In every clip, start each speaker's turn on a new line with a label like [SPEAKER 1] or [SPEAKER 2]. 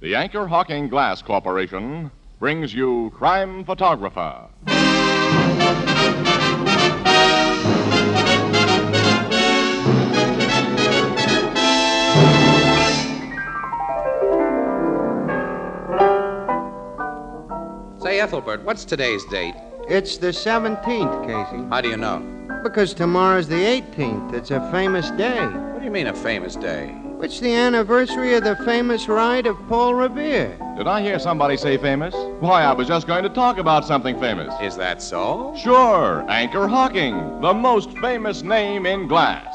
[SPEAKER 1] The Anchor Hawking Glass Corporation brings you Crime Photographer.
[SPEAKER 2] Say, Ethelbert, what's today's date?
[SPEAKER 3] It's the 17th, Casey,
[SPEAKER 2] How do you know?
[SPEAKER 3] because tomorrow's the 18th. It's a famous day.
[SPEAKER 2] What do you mean a famous day?
[SPEAKER 3] It's the anniversary of the famous ride of Paul Revere.
[SPEAKER 1] Did I hear somebody say famous? Why, I was just going to talk about something famous.
[SPEAKER 2] Is that so?
[SPEAKER 1] Sure, Anchor Hawking, the most famous name in glass.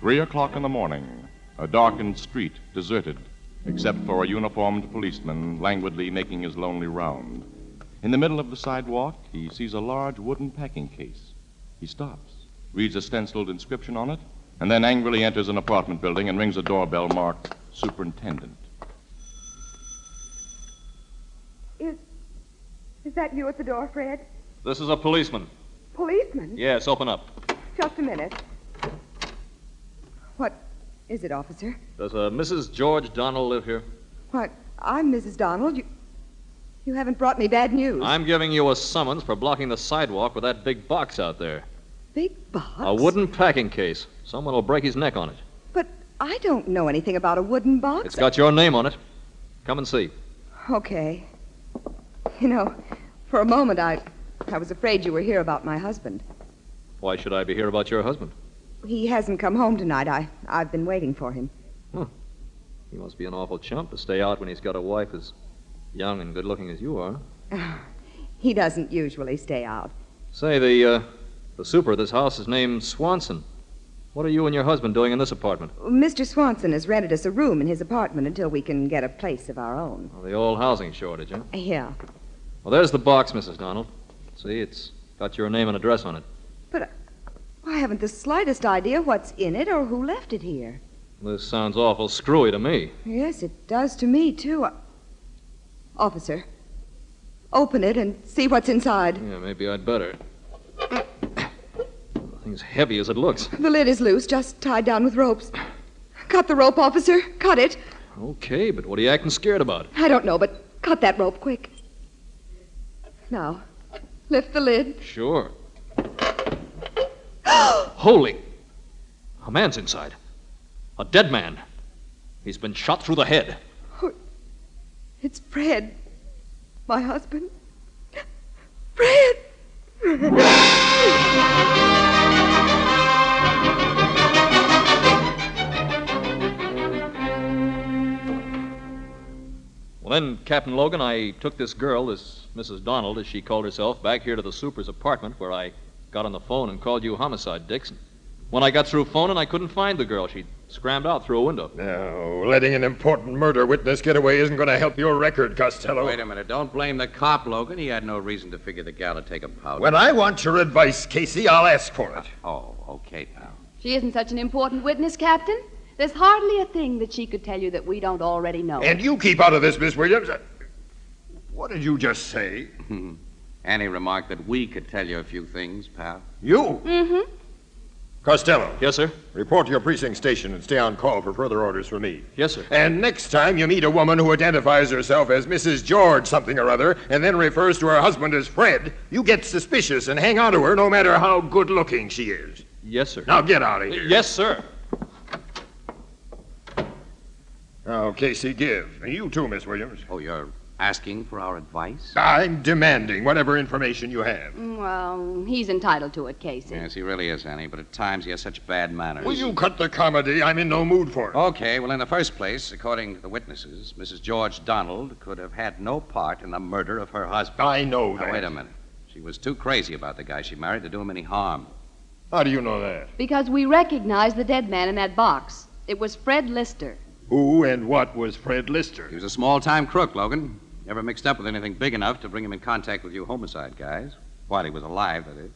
[SPEAKER 1] Three o'clock in the morning, a darkened street deserted, except for a uniformed policeman languidly making his lonely round. In the middle of the sidewalk, he sees a large wooden packing case. He stops, reads a stenciled inscription on it, and then angrily enters an apartment building and rings a doorbell marked Superintendent.
[SPEAKER 4] Is that you at the door, Fred?
[SPEAKER 5] This is a policeman.
[SPEAKER 4] Policeman?
[SPEAKER 5] Yes, open up.
[SPEAKER 4] Just a minute. What is it, officer?
[SPEAKER 5] Does uh, Mrs. George Donald live here?
[SPEAKER 4] What? I'm Mrs. Donald. You, you haven't brought me bad news.
[SPEAKER 5] I'm giving you a summons for blocking the sidewalk with that big box out there.
[SPEAKER 4] Big box.
[SPEAKER 5] A wooden packing case. Someone will break his neck on it.
[SPEAKER 4] But I don't know anything about a wooden box.
[SPEAKER 5] It's got your name on it. Come and see.
[SPEAKER 4] Okay. You know, for a moment I, I was afraid you were here about my husband.
[SPEAKER 5] Why should I be here about your husband?
[SPEAKER 4] He hasn't come home tonight. I, I've been waiting for him.
[SPEAKER 5] He must be an awful chump to stay out when he's got a wife as young and good looking as you are.
[SPEAKER 4] He doesn't usually stay out.
[SPEAKER 5] Say, the, uh, the super of this house is named Swanson. What are you and your husband doing in this apartment?
[SPEAKER 4] Mr. Swanson has rented us a room in his apartment until we can get a place of our own.
[SPEAKER 5] Well, Oh, the old housing shortage, huh?
[SPEAKER 4] Yeah.
[SPEAKER 5] Well, there's the box, Mrs. Donald. See, it's got your name and address on it.
[SPEAKER 4] uh, I haven't the slightest idea what's in it or who left it here.
[SPEAKER 5] This sounds awful screwy to me.
[SPEAKER 4] Yes, it does to me, too. I... Officer, open it and see what's inside.
[SPEAKER 5] Yeah, maybe I'd better. the thing's heavy as it looks.
[SPEAKER 4] The lid is loose, just tied down with ropes. Cut the rope, officer. Cut it.
[SPEAKER 5] Okay, but what are you acting scared about?
[SPEAKER 4] I don't know, but cut that rope quick. Now, lift the lid.
[SPEAKER 5] Sure. Holy! A man's inside. A dead man. He's been shot through the head.
[SPEAKER 4] It's Fred, my husband. Fred!
[SPEAKER 5] Well, then, Captain Logan, I took this girl, this Mrs. Donald, as she called herself, back here to the super's apartment where I got on the phone and called you homicide, Dixon. When I got through phoning, I couldn't find the girl. She scrambled out through a window.
[SPEAKER 6] No, letting an important murder witness get away isn't going to help your record, Costello.
[SPEAKER 2] Wait a minute. Don't blame the cop, Logan. He had no reason to figure the gal would take a powder.
[SPEAKER 6] When I want your advice, Casey, I'll ask for it.
[SPEAKER 2] Oh, okay, pal.
[SPEAKER 7] She isn't such an important witness, Captain. There's hardly a thing that she could tell you that we don't already know.
[SPEAKER 6] And you keep out of this, Miss Williams. Uh, What did you just say?
[SPEAKER 2] Annie remarked that we could tell you a few things, pal.
[SPEAKER 6] You?
[SPEAKER 7] Mm-hmm.
[SPEAKER 6] Costello,
[SPEAKER 5] Yes, sir?
[SPEAKER 6] report to your precinct station and stay on call for further orders from me.
[SPEAKER 5] Yes, sir.
[SPEAKER 6] And next time you meet a woman who identifies herself as Mrs. George something or other and then refers to her husband as Fred, you get suspicious and hang on to her no matter how good looking she is.
[SPEAKER 5] Yes, sir.
[SPEAKER 6] Now get out of here.
[SPEAKER 5] Yes, sir.
[SPEAKER 6] Now, Casey, give. And you too, Miss Williams.
[SPEAKER 2] Oh, you're asking for our advice?
[SPEAKER 6] I'm demanding whatever information you have.
[SPEAKER 7] Well, he's entitled to it, Casey.
[SPEAKER 2] Yes, he really is, Annie, but at times he has such bad manners.
[SPEAKER 6] Will you cut the comedy? I'm in no mood for it.
[SPEAKER 2] Okay, well, in the first place, according to the witnesses, Mrs. George Donald could have had no part in the murder of her husband.
[SPEAKER 6] I know that.
[SPEAKER 2] Now, wait a minute. She was too crazy about the guy she married to do him any harm.
[SPEAKER 6] How do you know that?
[SPEAKER 7] Because we recognize the dead man in that box. It was Fred Lister.
[SPEAKER 6] Who and what was Fred
[SPEAKER 2] He
[SPEAKER 6] Lister?
[SPEAKER 2] was a small time crook, Logan. Never mixed up with anything big enough to bring him in contact with you homicide guys. While he was alive, that is.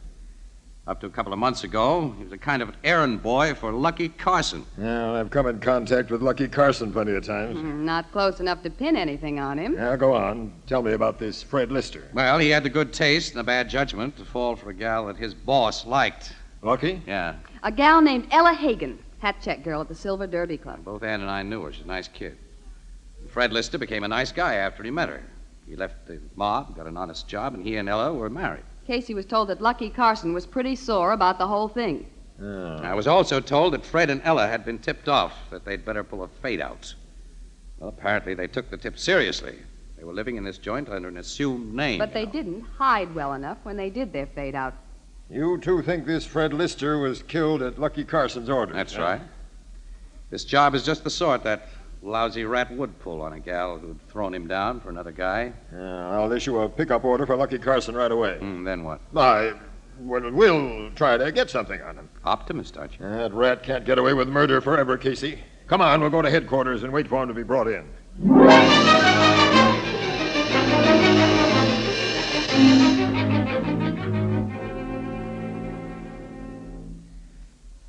[SPEAKER 2] Up to a couple of months ago, he was a kind of an errand boy for Lucky Carson.
[SPEAKER 6] Well, I've come in contact with Lucky Carson plenty of times.
[SPEAKER 7] Mm, Not close enough to pin anything on him.
[SPEAKER 6] Now go on. Tell me about this Fred Lister.
[SPEAKER 2] Well, he had the good taste and the bad judgment to fall for a gal that his boss liked.
[SPEAKER 6] Lucky?
[SPEAKER 2] Yeah,
[SPEAKER 7] A gal named Ella Hagen, hat check girl at the Silver Derby Club.
[SPEAKER 2] both Ann and I knew her. She's a nice kid. Fred Lister became a nice guy after he met her. He left the mob, got an honest job, and he and Ella were married.
[SPEAKER 7] Casey was told that Lucky Carson was pretty sore about the whole thing.
[SPEAKER 2] I was also told that Fred and Ella had been tipped off that they'd better pull a fade out. Well, apparently they took the tip seriously. They were living in this joint under an assumed name.
[SPEAKER 7] But
[SPEAKER 2] you
[SPEAKER 7] they
[SPEAKER 2] know.
[SPEAKER 7] didn't hide well enough when they did their fade out.
[SPEAKER 6] You two think this Fred Lister was killed at Lucky Carson's order? eh?
[SPEAKER 2] That's right. This job is just the sort that lousy rat would pull on a gal who'd thrown him down for another guy.
[SPEAKER 6] Yeah, I'll issue a pickup order for Lucky Carson right away.
[SPEAKER 2] Hmm, then what?
[SPEAKER 6] I well, will try to get something on him.
[SPEAKER 2] Optimist, aren't you?
[SPEAKER 6] That rat can't get away with murder forever, Casey. Come on, we'll go to headquarters and wait for him to be brought in.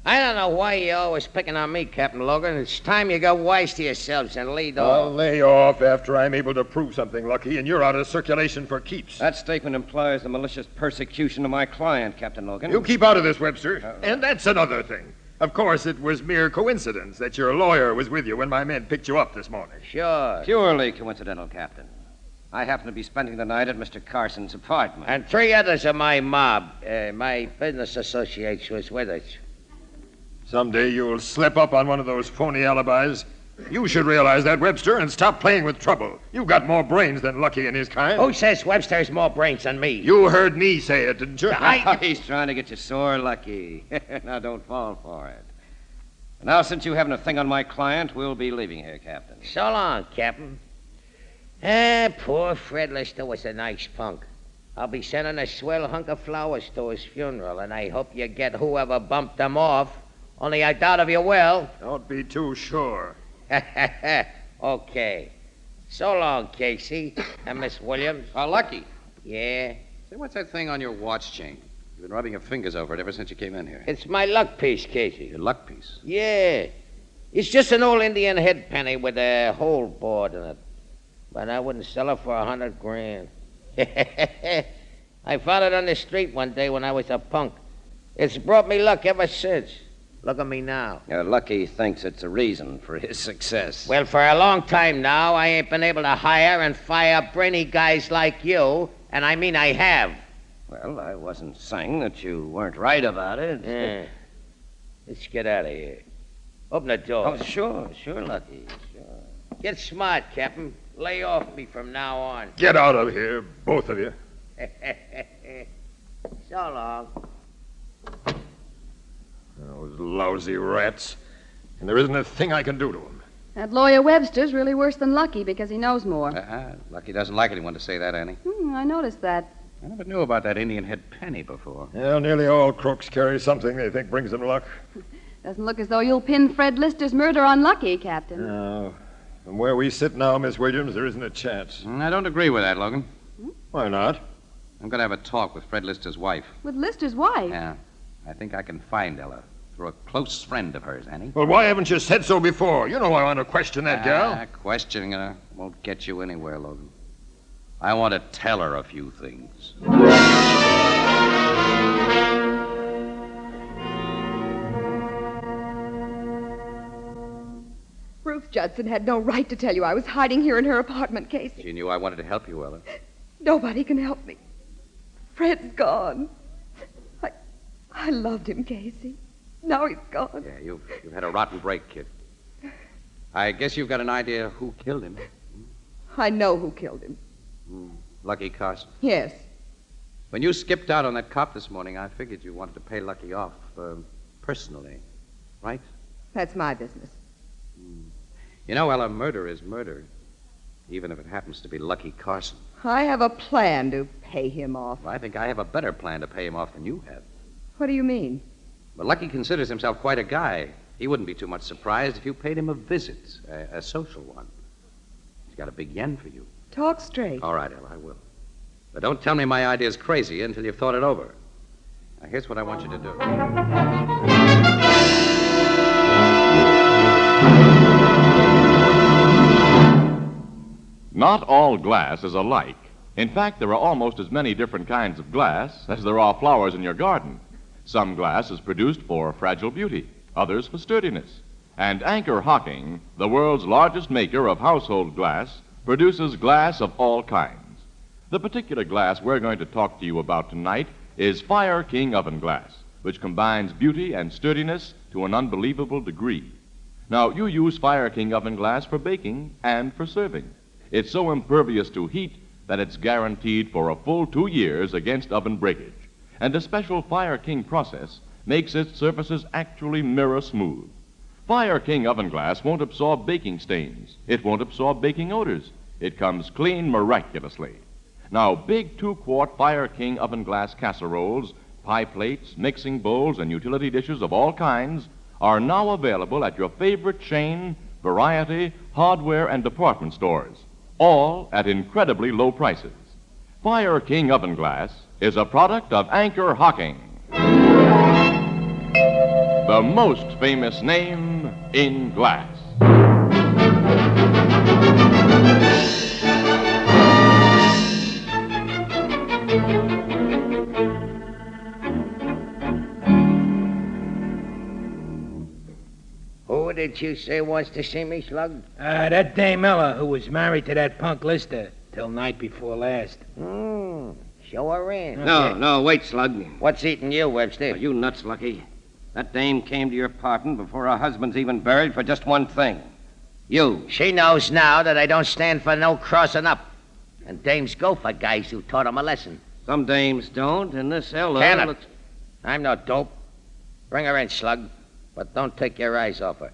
[SPEAKER 8] I don't know why you're always picking on me, Captain Logan. It's time you got wise to yourselves and laid
[SPEAKER 6] I'll
[SPEAKER 8] off.
[SPEAKER 6] lay off after I'm able to prove something, Lucky, and you're out of circulation for keeps.
[SPEAKER 9] That statement implies the malicious persecution of my client, Captain Logan.
[SPEAKER 6] You keep out of this, Webster.
[SPEAKER 8] Uh,
[SPEAKER 6] and that's another thing. Of course, it was mere coincidence that your lawyer was with you when my men picked you up this morning.
[SPEAKER 8] Sure.
[SPEAKER 9] Purely coincidental, Captain. I happen to be spending the night at Mr. Carson's apartment.
[SPEAKER 8] And three others of my mob, uh, my business associates, was with us.
[SPEAKER 6] Someday you'll slip up on one of those phony alibis. You should realize that, Webster, and stop playing with trouble. You've got more brains than Lucky and his kind.
[SPEAKER 8] Who says Webster has more brains than me?
[SPEAKER 6] You heard me say it, didn't you?
[SPEAKER 8] I.
[SPEAKER 9] He's trying to get you sore, Lucky. now, don't fall for it. Now, since you haven't a thing on my client, we'll be leaving here, Captain.
[SPEAKER 8] So long, Captain. Ah, poor Fred Lister was a nice punk. I'll be sending a swell hunk of flowers to his funeral, and I hope you get whoever bumped them off. Only I doubt if you will.
[SPEAKER 6] Don't be too sure.
[SPEAKER 8] okay. So long, Casey. And Miss Williams.
[SPEAKER 2] Oh, lucky.
[SPEAKER 8] Yeah.
[SPEAKER 2] Say, what's that thing on your watch chain? You've been rubbing your fingers over it ever since you came in here.
[SPEAKER 8] It's my luck piece, Casey.
[SPEAKER 2] Your luck piece.
[SPEAKER 8] Yeah. It's just an old Indian head penny with a hole bored in it. But I wouldn't sell it for a hundred grand. I found it on the street one day when I was a punk. It's brought me luck ever since. Look at me now.
[SPEAKER 9] Uh, Lucky thinks it's a reason for his success.
[SPEAKER 8] Well, for a long time now, I ain't been able to hire and fire brainy guys like you, and I mean I have.
[SPEAKER 9] Well, I wasn't saying that you weren't right about it.
[SPEAKER 8] Yeah. Let's get out of here. Open the door.
[SPEAKER 9] Oh, sure, sure, Lucky.
[SPEAKER 8] Get smart, Captain. Lay off me from now on.
[SPEAKER 6] Get out of here, both of you.
[SPEAKER 8] so long.
[SPEAKER 6] Those lousy rats. And there isn't a thing I can do to them.
[SPEAKER 7] That lawyer Webster's really worse than Lucky because he knows more.
[SPEAKER 6] Eh?
[SPEAKER 2] Uh-uh. Lucky doesn't like anyone to say that, Annie.
[SPEAKER 7] Hmm, I noticed that.
[SPEAKER 2] I never knew about that Indian head penny before.
[SPEAKER 6] Well, nearly all crooks carry something they think brings them luck.
[SPEAKER 7] Doesn't look as though you'll pin Fred Lister's murder on Lucky, Captain.
[SPEAKER 6] No. From where we sit now, Miss Williams, there isn't a chance.
[SPEAKER 2] Mm, I don't agree with that, Logan.
[SPEAKER 6] Why not?
[SPEAKER 2] I'm going to have a talk with Fred Lister's wife.
[SPEAKER 7] With Lister's wife.
[SPEAKER 2] Yeah. I think I can find Ella through a close friend of hers, Annie.
[SPEAKER 6] Well, why haven't you said so before? You know I want to question that gal.
[SPEAKER 2] Ah, questioning her won't get you anywhere, Logan. I want to tell her a few things.
[SPEAKER 4] Ruth Judson had no right to tell you I was hiding here in her apartment, Casey.
[SPEAKER 2] She knew I wanted to help you, Ella.
[SPEAKER 4] Nobody can help me. Fred's gone. I, I loved him, Casey. Now he's gone.
[SPEAKER 2] Yeah, you've, you've had a rotten break, kid. I guess you've got an idea who killed him. Hmm,
[SPEAKER 4] I know who killed him.
[SPEAKER 2] Lucky Carson.
[SPEAKER 4] Yes.
[SPEAKER 2] When you skipped out on that cop this morning, I figured you wanted to pay Lucky off uh, personally. Right?
[SPEAKER 4] That's my business.
[SPEAKER 2] You know, Ella, murder is murder, even if it happens to be Lucky Carson.
[SPEAKER 4] I have a plan to pay him off.
[SPEAKER 2] I think I have a better plan to pay him off than you have.
[SPEAKER 4] What do you mean?
[SPEAKER 2] But Lucky considers himself quite a guy. He wouldn't be too much surprised if you paid him a visit, a, a social one. He's got a big yen for you.
[SPEAKER 4] Talk straight.
[SPEAKER 2] All right, Ella, I will. But don't tell me my idea's crazy until you've thought it over. Now, here's what I want you to do.
[SPEAKER 1] Not all glass is alike. In fact, there are almost as many different kinds of glass as there are flowers in your garden. Some glass is produced for fragile beauty, others for sturdiness. And Anchor Hocking, the world's largest maker of household glass, produces glass of all kinds. The particular glass we're going to talk to you about tonight is Fire King Oven Glass, which combines beauty and sturdiness to an unbelievable degree. Now, you use Fire King Oven Glass for baking and for serving. It's so impervious to heat that it's guaranteed for a full two years against oven breakage. And a special Fire King process makes its surfaces actually mirror smooth. Fire King oven glass won't absorb baking stains. It won't absorb baking odors. It comes clean miraculously. Now, big two quart Fire King oven glass casseroles, pie plates, mixing bowls, and utility dishes of all kinds are now available at your favorite chain, variety, hardware, and department stores all at incredibly low prices. Fire King Oven Glass is a product of Anchor Hocking, the most famous name in glass.
[SPEAKER 8] Who did you say wants to see me, Slug?
[SPEAKER 10] Uh, that Dame Ella, who was married to that punk Lister till night before last.
[SPEAKER 8] Hmm. Show her in.
[SPEAKER 9] No, no, wait, Slug.
[SPEAKER 8] What's eating you, Webster?
[SPEAKER 9] Are you nuts, Lucky? That dame came to your apartment before her husband's even buried for just one thing. You.
[SPEAKER 8] She knows now that I don't stand for no crossing up. And dames go for guys who taught 'em a lesson.
[SPEAKER 9] Some dames don't, and this Ella.
[SPEAKER 8] Can it.
[SPEAKER 9] looks-
[SPEAKER 8] I'm no dope. Bring her in, Slug. But don't take your eyes off her.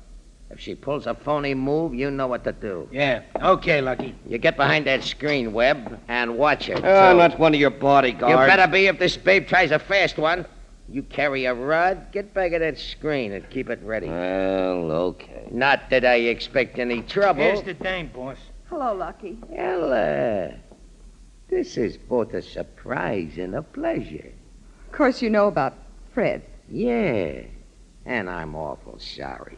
[SPEAKER 8] If she pulls a phony move, you know what to do.
[SPEAKER 10] Yeah. Okay, Lucky.
[SPEAKER 8] You get behind that screen, Webb, and watch her.
[SPEAKER 9] Oh, I'm
[SPEAKER 8] too.
[SPEAKER 9] not one of your
[SPEAKER 8] Ah, You
[SPEAKER 9] bodyguards.
[SPEAKER 8] better be if this babe tries a fast one. You carry a rod, get back at that screen and keep it ready.
[SPEAKER 9] Well, okay.
[SPEAKER 8] Not that I expect any
[SPEAKER 10] Here's
[SPEAKER 8] trouble.
[SPEAKER 10] the dame, boss.
[SPEAKER 4] Hello, Lucky.
[SPEAKER 8] Ella, this is both a surprise and a pleasure.
[SPEAKER 4] Of course, you know about Fred.
[SPEAKER 8] Yeah, and I'm awful sorry.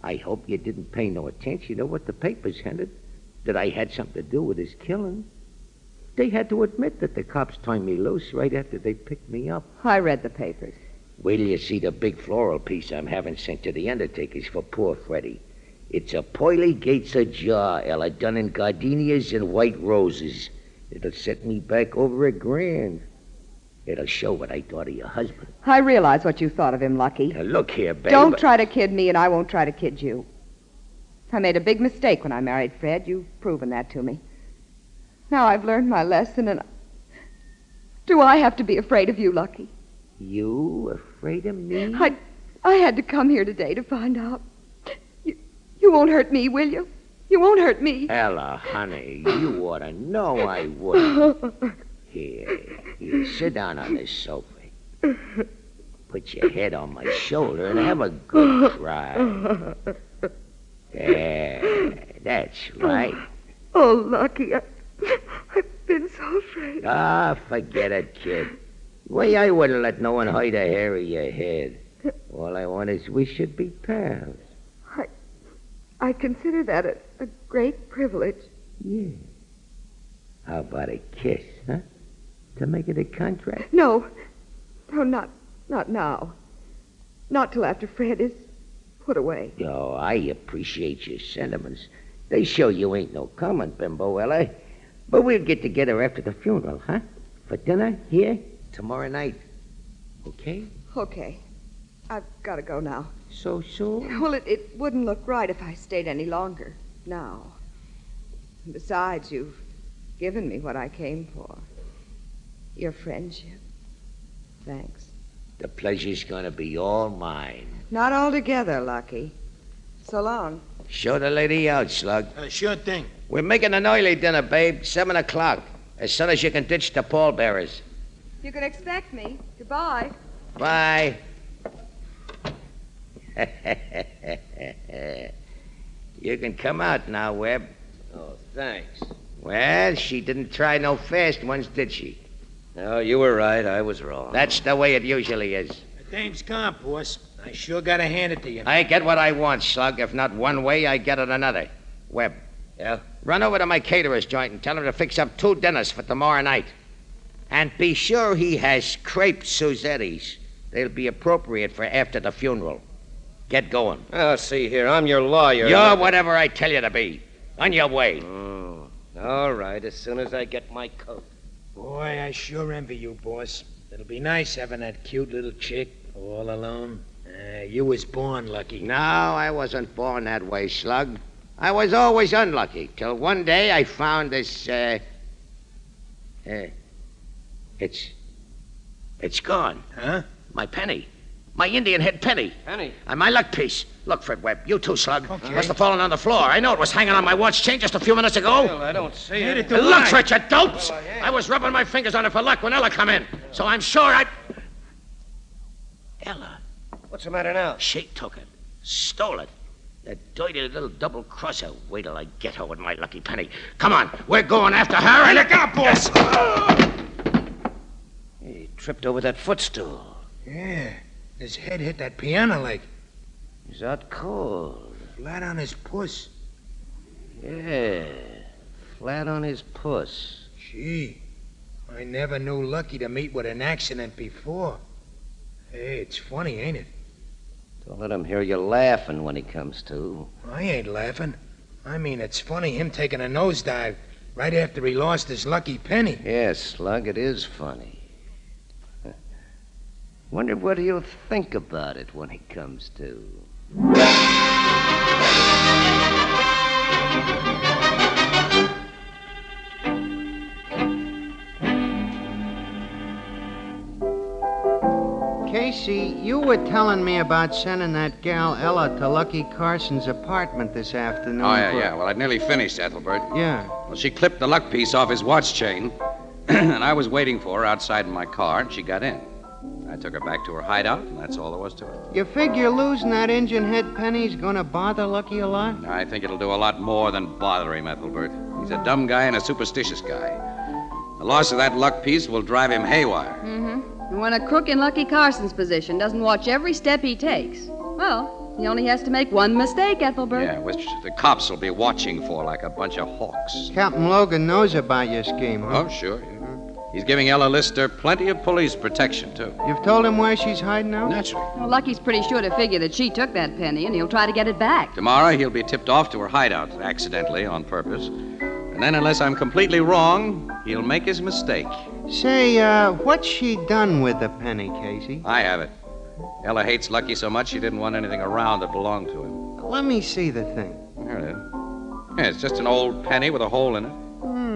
[SPEAKER 8] I hope you didn't pay no attention to what the papers hinted, that I had something to do with his killing. They had to admit that the cops turned me loose right after they picked me up.
[SPEAKER 4] I read the papers.
[SPEAKER 8] Wait till you see the big floral piece I'm having sent to the undertakers for poor Freddy. It's a Poily Gates ajar, Ella, done in gardenias and white roses. It'll set me back over a grand. It'll show what I thought of your husband.
[SPEAKER 4] I realize what you thought of him, Lucky.
[SPEAKER 8] Now, look here, babe.
[SPEAKER 4] Don't try to kid me, and I won't try to kid you. I made a big mistake when I married Fred. You've proven that to me. Now I've learned my lesson, and do I have to be afraid of you, Lucky?
[SPEAKER 8] You afraid of me?
[SPEAKER 4] I, I had to come here today to find out. You, you won't hurt me, will you? You won't hert me.
[SPEAKER 8] Ella, honey, you ought to know I wouldn't. Here, here, sit down on this sofa. Put your head on my shoulder and have a good cry. There, that's right.
[SPEAKER 4] Oh, Lucky, I, I've been so afraid.
[SPEAKER 8] Ah, forget it, kid. Why, I wouldn't let no one hide a hair of your head. All I want is we should be pals.
[SPEAKER 4] I consider that a, a great privilege.
[SPEAKER 8] Yeah. How about a kiss, huh? To make it a contract?
[SPEAKER 4] No, no, not, not now. Not till after Fred is put away.
[SPEAKER 8] Oh, I appreciate your sentiments. They show you ain't no common bimbo, Ella. But we'll get together after the funeral, huh? For dinner here tomorrow night. Okay?
[SPEAKER 4] Okay. I've got to go now.
[SPEAKER 8] So soon?
[SPEAKER 4] Well, it, it wouldn't look right if I stayed any longer now. Besides, you've given me what I came for your friendship. Thanks.
[SPEAKER 8] The pleasure's gonna be all mine.
[SPEAKER 4] Not altogether, Lucky. So long.
[SPEAKER 8] Show the lady out, Slug.
[SPEAKER 10] Uh, sure thing.
[SPEAKER 8] We're making an oily dinner, babe. Seven o'clock. As soon as you can ditch the pallbearers.
[SPEAKER 4] You can expect me. Goodbye.
[SPEAKER 8] Bye. you can come out now, Webb.
[SPEAKER 9] Oh, thanks.
[SPEAKER 8] Well, she didn't try no fast ones, did she?
[SPEAKER 9] No, you were right. I was wrong.
[SPEAKER 8] That's the way it usually is.
[SPEAKER 10] The thing's gone, boss. I sure gotta hand it to you.
[SPEAKER 8] I get what I want, Slug. If not one way, I get it another. Webb.
[SPEAKER 9] Yeah?
[SPEAKER 8] Run over to my caterer's joint and tell him to fix up two dinners for tomorrow night. And be sure he has crepe Suzetti's. They'll be appropriate for after the funeral. Get going.
[SPEAKER 9] Oh, see here. I'm your lawyer.
[SPEAKER 8] You're whatever I tell you to be. On your way.
[SPEAKER 9] Mm. All right, as soon as I get my coat.
[SPEAKER 10] Boy, I sure envy you, boss. It'll be nice having that cute little chick all alone. Uh, you was born lucky.
[SPEAKER 8] No, I wasn't born that way, Slug. I was always unlucky till one day I found this. Uh, uh, it's. It's gone.
[SPEAKER 10] Huh?
[SPEAKER 8] My penny. My Indian head penny.
[SPEAKER 9] Penny.
[SPEAKER 8] And my luck piece. Look, Fred Webb, you too, Slug. Must have fallen on the floor. I know it was hanging on my watch chain just a few minutes ago.
[SPEAKER 9] Well, I don't see
[SPEAKER 10] Hand
[SPEAKER 9] it.
[SPEAKER 10] it to
[SPEAKER 8] look
[SPEAKER 10] Lodge.
[SPEAKER 8] for it, you dopes!
[SPEAKER 9] Well, I am.
[SPEAKER 8] I was rubbing my fingers on it for luck when Ella come in. So I'm sure I. Ella.
[SPEAKER 9] What's the matter now?
[SPEAKER 8] She took it, stole it. The dirty little double crosser. Wait till I get her with my lucky penny. Come on, we're going after her. And look out, boss!
[SPEAKER 9] He tripped over that footstool.
[SPEAKER 10] Yeah. His head hit that piano like
[SPEAKER 9] He's out cold.
[SPEAKER 10] flat on his puss.
[SPEAKER 9] Yeah. Flat on his puss.
[SPEAKER 10] Gee, I never knew Lucky to meet with an accident before. Hey, it's funny, ain't it?
[SPEAKER 9] Don't let him hear you laughing when he comes to.
[SPEAKER 10] I ain't laughing. I mean, it's funny him taking a nosedive right after he lost his lucky penny.
[SPEAKER 9] Yes, Slug, it is funny. Wonder what he'll think about it when he comes to.
[SPEAKER 3] Casey, you were telling me about sending that gal Ella to Lucky Carson's apartment this afternoon.
[SPEAKER 2] Oh, yeah,
[SPEAKER 3] for-
[SPEAKER 2] yeah. Well, I'd nearly finished, Ethelbert.
[SPEAKER 3] Yeah.
[SPEAKER 2] Well, she clipped the luck piece off his watch chain, and I was waiting for her outside in my car, and she got in. I took her back to her hideout, and that's all there was to it.
[SPEAKER 3] You figure losing that engine head penny's gonna bother Lucky a lot?
[SPEAKER 2] I think it'll do a lot more than bother him, Ethelbert. He's a dumb guy and a superstitious guy. The loss of that luck piece will drive him haywire.
[SPEAKER 7] And when Mm-hmm. a crook in Lucky Carson's position doesn't watch every step he takes, well, he only has to make one mistake, Ethelbert.
[SPEAKER 2] Yeah, which the cops will be watching for like a bunch of hawks.
[SPEAKER 3] Captain Logan knows about your scheme, huh?
[SPEAKER 2] Oh, sure. yeah. He's giving Ella Lister plenty of police protection, too.
[SPEAKER 3] You've told him where she's hiding out?
[SPEAKER 2] Naturally.
[SPEAKER 7] Well, Lucky's pretty sure to figure that she took that penny, and he'll try to get it back.
[SPEAKER 2] Tomorrow he'll be tipped off to her hideout accidentally on purpose. And then, unless I'm completely wrong, he'll make his mistake.
[SPEAKER 3] Say, uh, what's she done with the penny, Casey?
[SPEAKER 2] I have it. Ella hates Lucky so much she didn't want anything around that belonged to him.
[SPEAKER 3] Let me see the thing.
[SPEAKER 2] There it is. Yeah, it's just an old penny with a hole in it.
[SPEAKER 3] Hmm.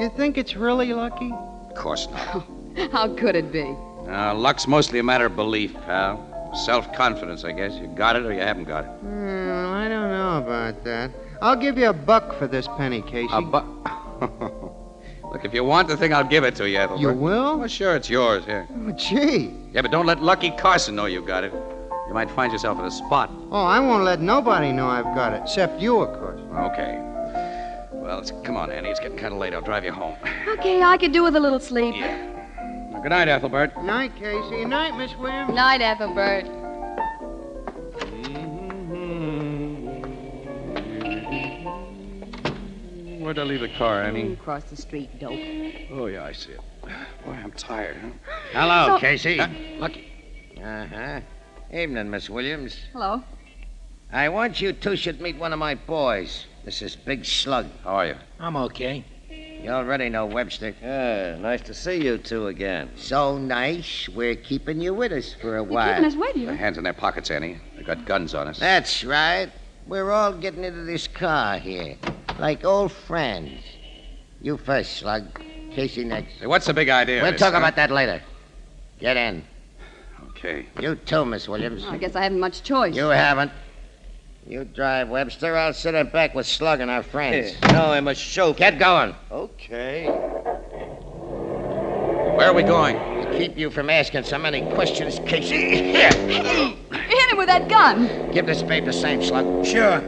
[SPEAKER 3] You think it's really Lucky?
[SPEAKER 2] Of course not.
[SPEAKER 7] How could it be?
[SPEAKER 2] Uh, luck's mostly a matter of belief, pal. Self confidence, I guess. You got it or you haven't got it.
[SPEAKER 3] Hmm, I don't know about that. I'll give you a buck for this penny, Casey. Oh,
[SPEAKER 2] A bu- Look, if you want the thing, I'll give it to you, Ethelbert.
[SPEAKER 3] You will?
[SPEAKER 2] Well, sure, it's yours. Yeah.
[SPEAKER 3] Oh, gee.
[SPEAKER 2] Yeah, but don't let Lucky Carson know you got it. You might find yourself in a spot.
[SPEAKER 3] Oh, I won't let nobody know I've got it, except you, of course.
[SPEAKER 2] Okay. Well, it's, come on, Annie. It's getting kind of late. I'll drive you home.
[SPEAKER 7] Okay, I could do with a little sleep.
[SPEAKER 2] Yeah. Well, good night, Ethelbert.
[SPEAKER 3] Night, Casey. Night, Miss Williams.
[SPEAKER 7] Night, Ethelbert.
[SPEAKER 2] Where'd I leave the car, Annie?
[SPEAKER 4] Across the street, dope.
[SPEAKER 2] Oh, yeah, I see it. Boy, I'm tired, huh?
[SPEAKER 8] Hello, Casey.
[SPEAKER 2] Uh, Lucky.
[SPEAKER 8] Uh
[SPEAKER 9] Uh-huh.
[SPEAKER 8] huh. Evening, Miss Williams.
[SPEAKER 7] Hello.
[SPEAKER 8] I want you two should meet one of my boys. This is Big Slug.
[SPEAKER 2] How are you?
[SPEAKER 10] I'm okay.
[SPEAKER 8] You already know Webster.
[SPEAKER 9] Yeah, nice to see you two again.
[SPEAKER 8] So nice, we're keeping you with us for a
[SPEAKER 7] You're
[SPEAKER 8] while.
[SPEAKER 7] keeping us with
[SPEAKER 2] Their
[SPEAKER 7] you.
[SPEAKER 2] hands in their pockets, Annie. They got guns on us.
[SPEAKER 8] That's right. We're all getting into this car here. Like old friends. You first, Slug. Casey next.
[SPEAKER 2] Hey, what's the big idea?
[SPEAKER 8] We'll
[SPEAKER 2] of this,
[SPEAKER 8] talk
[SPEAKER 2] huh?
[SPEAKER 8] about that later. Get in.
[SPEAKER 2] Okay.
[SPEAKER 8] You too, Miss Williams.
[SPEAKER 7] I guess I haven't much choice.
[SPEAKER 8] You haven't. You drive, Webster. I'll sit in back with Slug and our friends.
[SPEAKER 9] No, I'm a chauffeur.
[SPEAKER 8] Get going.
[SPEAKER 9] Okay.
[SPEAKER 2] Where are we going?
[SPEAKER 8] To keep you from asking so many questions, Casey. Here.
[SPEAKER 7] Hit him with that gun.
[SPEAKER 8] Give this babe the same, Slug. Ah,
[SPEAKER 10] Sure.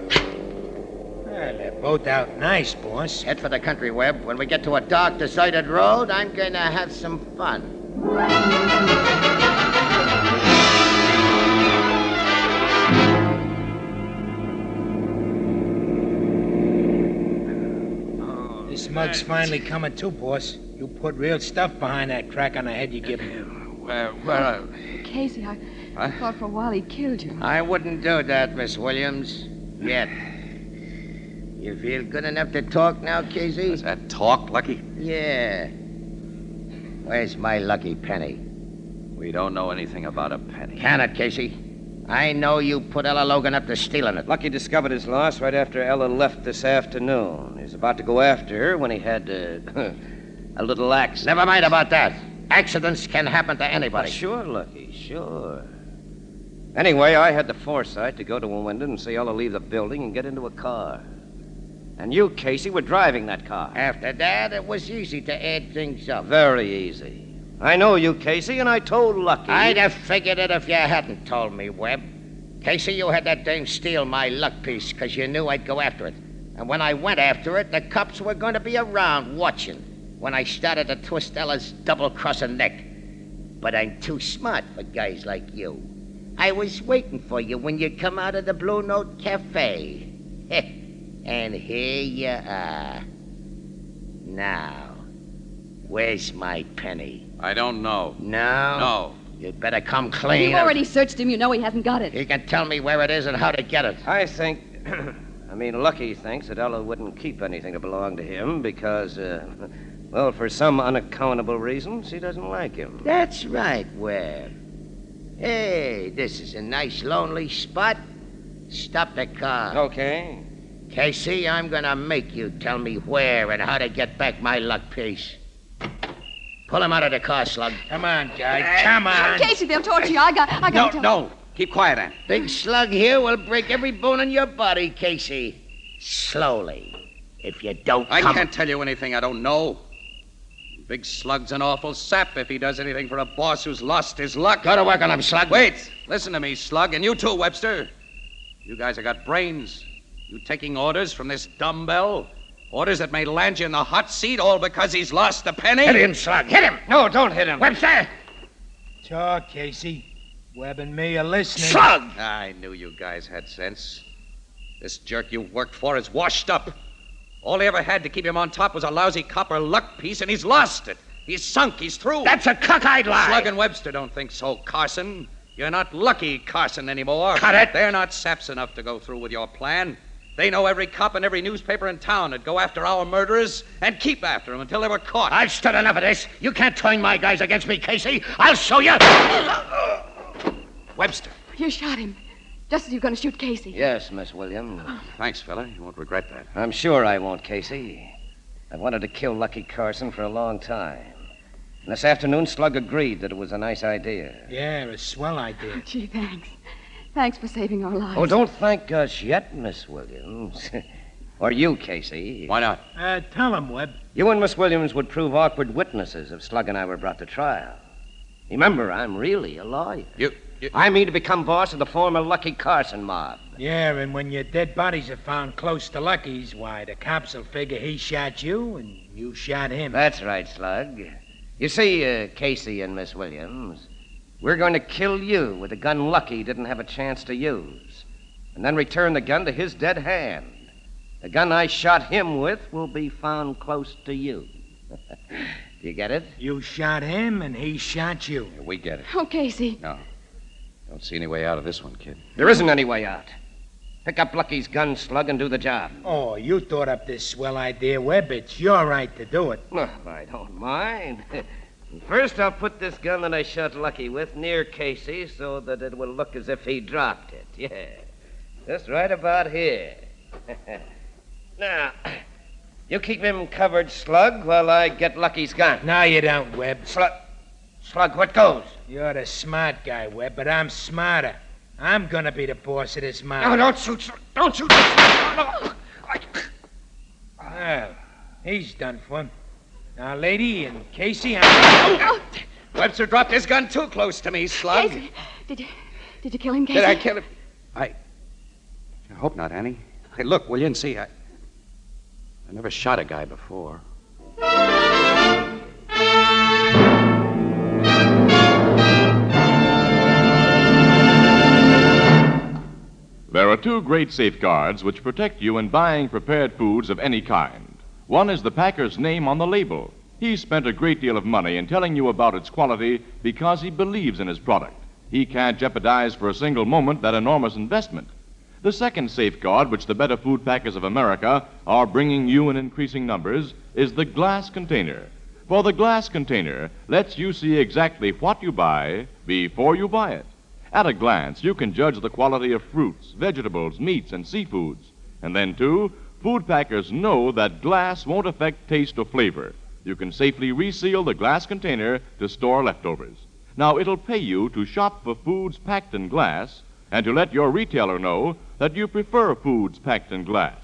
[SPEAKER 10] Well, they're both out nice, boss.
[SPEAKER 8] Head for the country, Webb. When we get to a dark, deserted road, I'm going to have some fun.
[SPEAKER 10] This mug's finally coming to, boss. You put real stuff behind that crack on the head you give
[SPEAKER 8] Uh,
[SPEAKER 10] him.
[SPEAKER 2] Where, where are...
[SPEAKER 7] Casey, I
[SPEAKER 2] Huh?
[SPEAKER 7] thought for a while he killed you.
[SPEAKER 8] I wouldn't do that, Miss Williams. Yet. You feel good enough to talk now, Casey?
[SPEAKER 2] Is that talk, Lucky?
[SPEAKER 8] Yeah. Where's my lucky penny?
[SPEAKER 2] We don't know anything about a penny.
[SPEAKER 8] Can it, Casey? I know you put Ella Logan up to stealing it.
[SPEAKER 9] Lucky discovered his loss right after Ella left this afternoon. He was about to go after her when he had uh, a little accident.
[SPEAKER 8] Never mind about that. Accidents can happen to
[SPEAKER 9] But
[SPEAKER 8] anybody.
[SPEAKER 9] sure, Lucky, sure. Anyway, I had the foresight to go to a window and see Ella leave the building and get into a car. And you, Casey, were driving that car.
[SPEAKER 8] After that, it was easy to add things up.
[SPEAKER 9] Very easy. I know you, Casey, and I told Lucky.
[SPEAKER 8] I'd have figured it if you hadn't told me, Webb. Casey, you had that dame steal my luck piece because you knew I'd go after it. And when I went after it, the cops were going to be around watching when I started to twist Ella's double crossing neck. But I'm too smart for guys like you. I was waiting for you when you come out of the Blue Note Cafe. Heh. and here you are. Now, where's my penny?
[SPEAKER 2] I don't know.
[SPEAKER 8] No.
[SPEAKER 2] No.
[SPEAKER 8] You'd better come clean.
[SPEAKER 7] You've already searched him. You know he hasn't got it.
[SPEAKER 8] He can tell me where it is and how to get it.
[SPEAKER 9] I think. I mean, Lucky thinks that Ella wouldn't keep anything to belong to him because, uh, well, for some unaccountable reason, she doesn't like him.
[SPEAKER 8] That's right, Webb. Hey, this is a nice lonely spot. Stop the car.
[SPEAKER 9] Okay.
[SPEAKER 8] Casey, I'm gonna make you tell me where and how to get back my luck piece. Pull him out of the car, Slug.
[SPEAKER 10] Come on, guy. Come on.
[SPEAKER 7] Casey, they'll torture you. I got, I
[SPEAKER 2] No,
[SPEAKER 7] got to tell
[SPEAKER 2] no. Keep quiet, Ann.
[SPEAKER 8] Big Slug here will break every bone in your body, Casey. Slowly. If you don't
[SPEAKER 2] I
[SPEAKER 8] come...
[SPEAKER 2] can't tell you anything I don't know. Big Slug's an awful sap if he does anything for a boss who's lost his luck.
[SPEAKER 8] Go to work on him, Slug.
[SPEAKER 2] Wait. Listen to me, Slug, and you too, Webster. You guys have got brains. You taking orders from this dumbbell? Orders that may land you in the hot seat all because he's lost the penny?
[SPEAKER 8] Hit him, Slug. Hit him.
[SPEAKER 9] No, don't hit him.
[SPEAKER 8] Webster! uh,
[SPEAKER 10] Talk, Casey. Webb and me are listening.
[SPEAKER 8] Slug!
[SPEAKER 2] I knew you guys had sense. This jerk you worked for is washed up. All he ever had to keep him on top was a lousy copper luck piece, and he's lost it. He's sunk. He's through.
[SPEAKER 8] That's a cockeyed lie.
[SPEAKER 2] Slug and Webster don't think so, Carson. You're not lucky, Carson, anymore.
[SPEAKER 8] Cut it.
[SPEAKER 2] They're not saps enough to go through with your plan. They know every cop and every newspaper in town that go after our murderers and keep after them until they were caught.
[SPEAKER 8] I've stood enough of this. You can't turn my guys against me, Casey. I'll show you.
[SPEAKER 2] Webster.
[SPEAKER 7] You shot him. Just as you're going to shoot Casey.
[SPEAKER 9] Yes, Miss Williams.
[SPEAKER 2] Thanks, fella. You won't regret that.
[SPEAKER 9] I'm sure I won't, Casey. I've wanted to kill Lucky Carson for a long time. And this afternoon, Slug agreed that it was a nice idea.
[SPEAKER 10] Yeah, a swell idea.
[SPEAKER 7] Gee, thanks. Thanks for saving our lives.
[SPEAKER 9] Oh, don't thank us yet, Miss Williams. or you, Casey.
[SPEAKER 2] Why not?
[SPEAKER 10] Uh, tell him, Webb.
[SPEAKER 9] You and Miss Williams would prove awkward witnesses if Slug and I were brought to trial. Remember, I'm really a lawyer.
[SPEAKER 2] You. you...
[SPEAKER 9] I mean to become boss of the former Lucky Carson mob.
[SPEAKER 10] Yeah, and when your dead bodies are found close to Lucky's, why, the cops will figure he shot you and you shot him.
[SPEAKER 9] That's right, Slug. You see, uh, Casey and Miss Williams, we're going to kill you with a gun Lucky didn't have a chance to use, and then return the gun to his dead hand. The gun I shot him with will be found close to you. Do you get it?
[SPEAKER 10] You shot him and he shot you.
[SPEAKER 2] We get it.
[SPEAKER 7] Oh, Casey.
[SPEAKER 2] Don't see any way out of this one, kid.
[SPEAKER 9] There isn't any way out. Pick up Lucky's gun, Slug, and do the job.
[SPEAKER 10] Oh, you thought up this swell idea, Webb. It's your right to do it.
[SPEAKER 9] No, I don't mind. First, I'll put this gun that I shot Lucky with near Casey so that it will look as if he dropped it. Yeah. Just right about here. Now, you keep him covered, Slug, while I get Lucky's gun.
[SPEAKER 10] No, you don't, Webb.
[SPEAKER 9] Slug, Slug, what goes?
[SPEAKER 10] You're the smart guy, Webb, but I'm smarter. I'm gonna be the boss of this mountain.
[SPEAKER 9] No, don't shoot, Slug. Don't shoot. Slug. No.
[SPEAKER 10] Well, he's done for. Now, lady and Casey, I'm.
[SPEAKER 9] Oh, Webster dropped his gun too close to me, Slug.
[SPEAKER 11] Casey, did you, did you kill him, Casey?
[SPEAKER 9] Did I kill him?
[SPEAKER 2] I hope not, Annie. Hey, look, will you and see? I, I never shot a guy before.
[SPEAKER 1] There are two great safeguards which protect you in buying prepared foods of any kind. One is the packer's name on the label. He spent a great deal of money in telling you about its quality because he believes in his product. He can't jeopardize for a single moment that enormous investment. The second safeguard, which the better food packers of America are bringing you in increasing numbers, is the glass container. For the glass container lets you see exactly what you buy before you buy it. At a glance, you can judge the quality of fruits, vegetables, meats, and seafoods. And then, too, food packers know that glass won't affect taste or flavor. You can safely reseal the glass container to store leftovers. Now, it'll pay you to shop for foods packed in glass and to let your retailer know that you prefer foods packed in glass.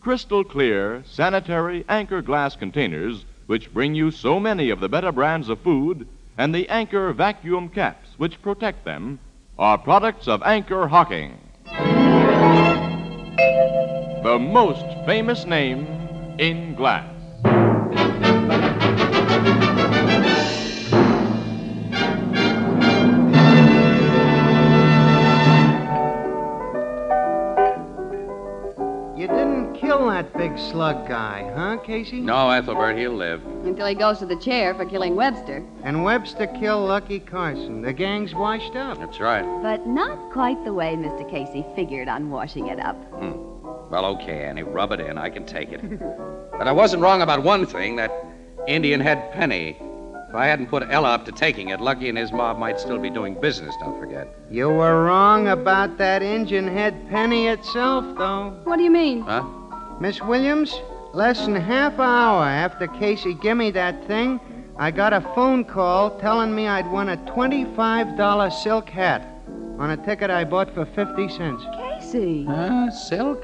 [SPEAKER 1] Crystal clear, sanitary anchor glass containers, which bring you so many of the better brands of food, and the anchor vacuum caps, which protect them, are products of Anchor Hocking. The most famous name in glass.
[SPEAKER 3] You didn't kill that big slug guy, huh, Casey?
[SPEAKER 2] No, Ethelbert, he'll live.
[SPEAKER 7] Until he goes to the chair for killing Webster.
[SPEAKER 3] And Webster killed Lucky Carson. The gang's washed up.
[SPEAKER 2] That's right.
[SPEAKER 11] But not quite the way Mr. Casey figured on washing it up.
[SPEAKER 2] Hmm. Well, okay, Annie, rub it in. I can take it. but I wasn't wrong about one thing that Indian head penny. If I hadn't put Ella up to taking it, Lucky and his mob might still be doing business, don't forget.
[SPEAKER 3] You were wrong about that engine head penny itself, though.
[SPEAKER 7] What do you mean?
[SPEAKER 2] Huh?
[SPEAKER 3] Miss Williams, less than half an hour after Casey gimme that thing, I got a phone call telling me I'd won a $25 silk hat on a ticket I bought for 50 cents.
[SPEAKER 11] Casey.
[SPEAKER 2] Huh? Silk?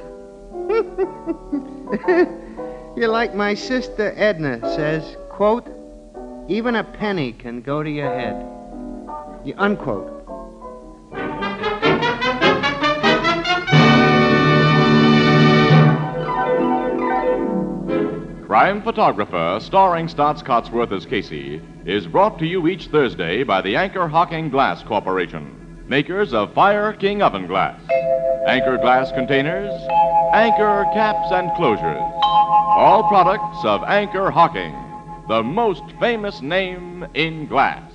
[SPEAKER 3] You're like my sister Edna says, quote, even a penny can go to your head. You- Unquote.
[SPEAKER 1] Crime Photographer, starring Stotts Cotsworth as Casey, is brought to you each Thursday by the Anchor Hocking Glass Corporation, makers of Fire King Oven Glass, Anchor Glass Containers, Anchor Caps and Closures. All products of Anchor Hocking, the most famous name in glass.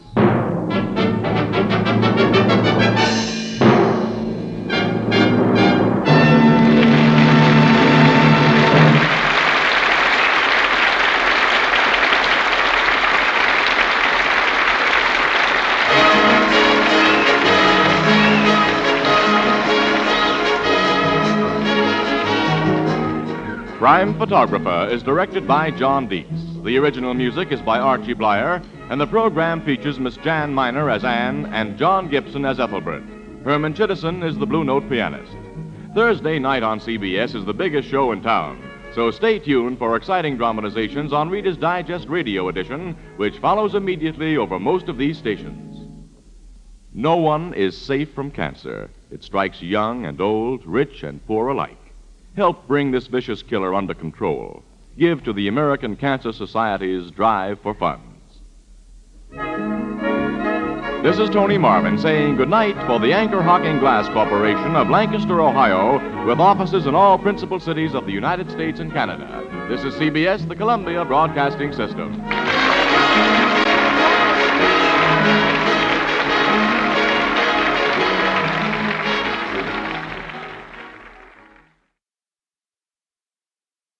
[SPEAKER 1] Crime Photographer is directed by John Dietz. The original music is by Archie Blyer, and the program features Miss Jan Miner as Anne and John Gibson as Ethelbert. Herman Chittison is the Blue Note pianist. Thursday night on CBS is the biggest show in town, so stay tuned for exciting dramatizations on Reader's Digest Radio Edition, which follows immediately over most of these stations. No one is safe from cancer. It strikes young and old, rich and poor alike. Help bring this vicious killer under control. Give to the American Cancer Society's drive for funds. This is Tony Marvin saying goodnight for the Anchor Hocking Glass Corporation of Lancaster, Ohio, with offices in all principal cities of the United States and Canada. This is CBS, the Columbia Broadcasting System.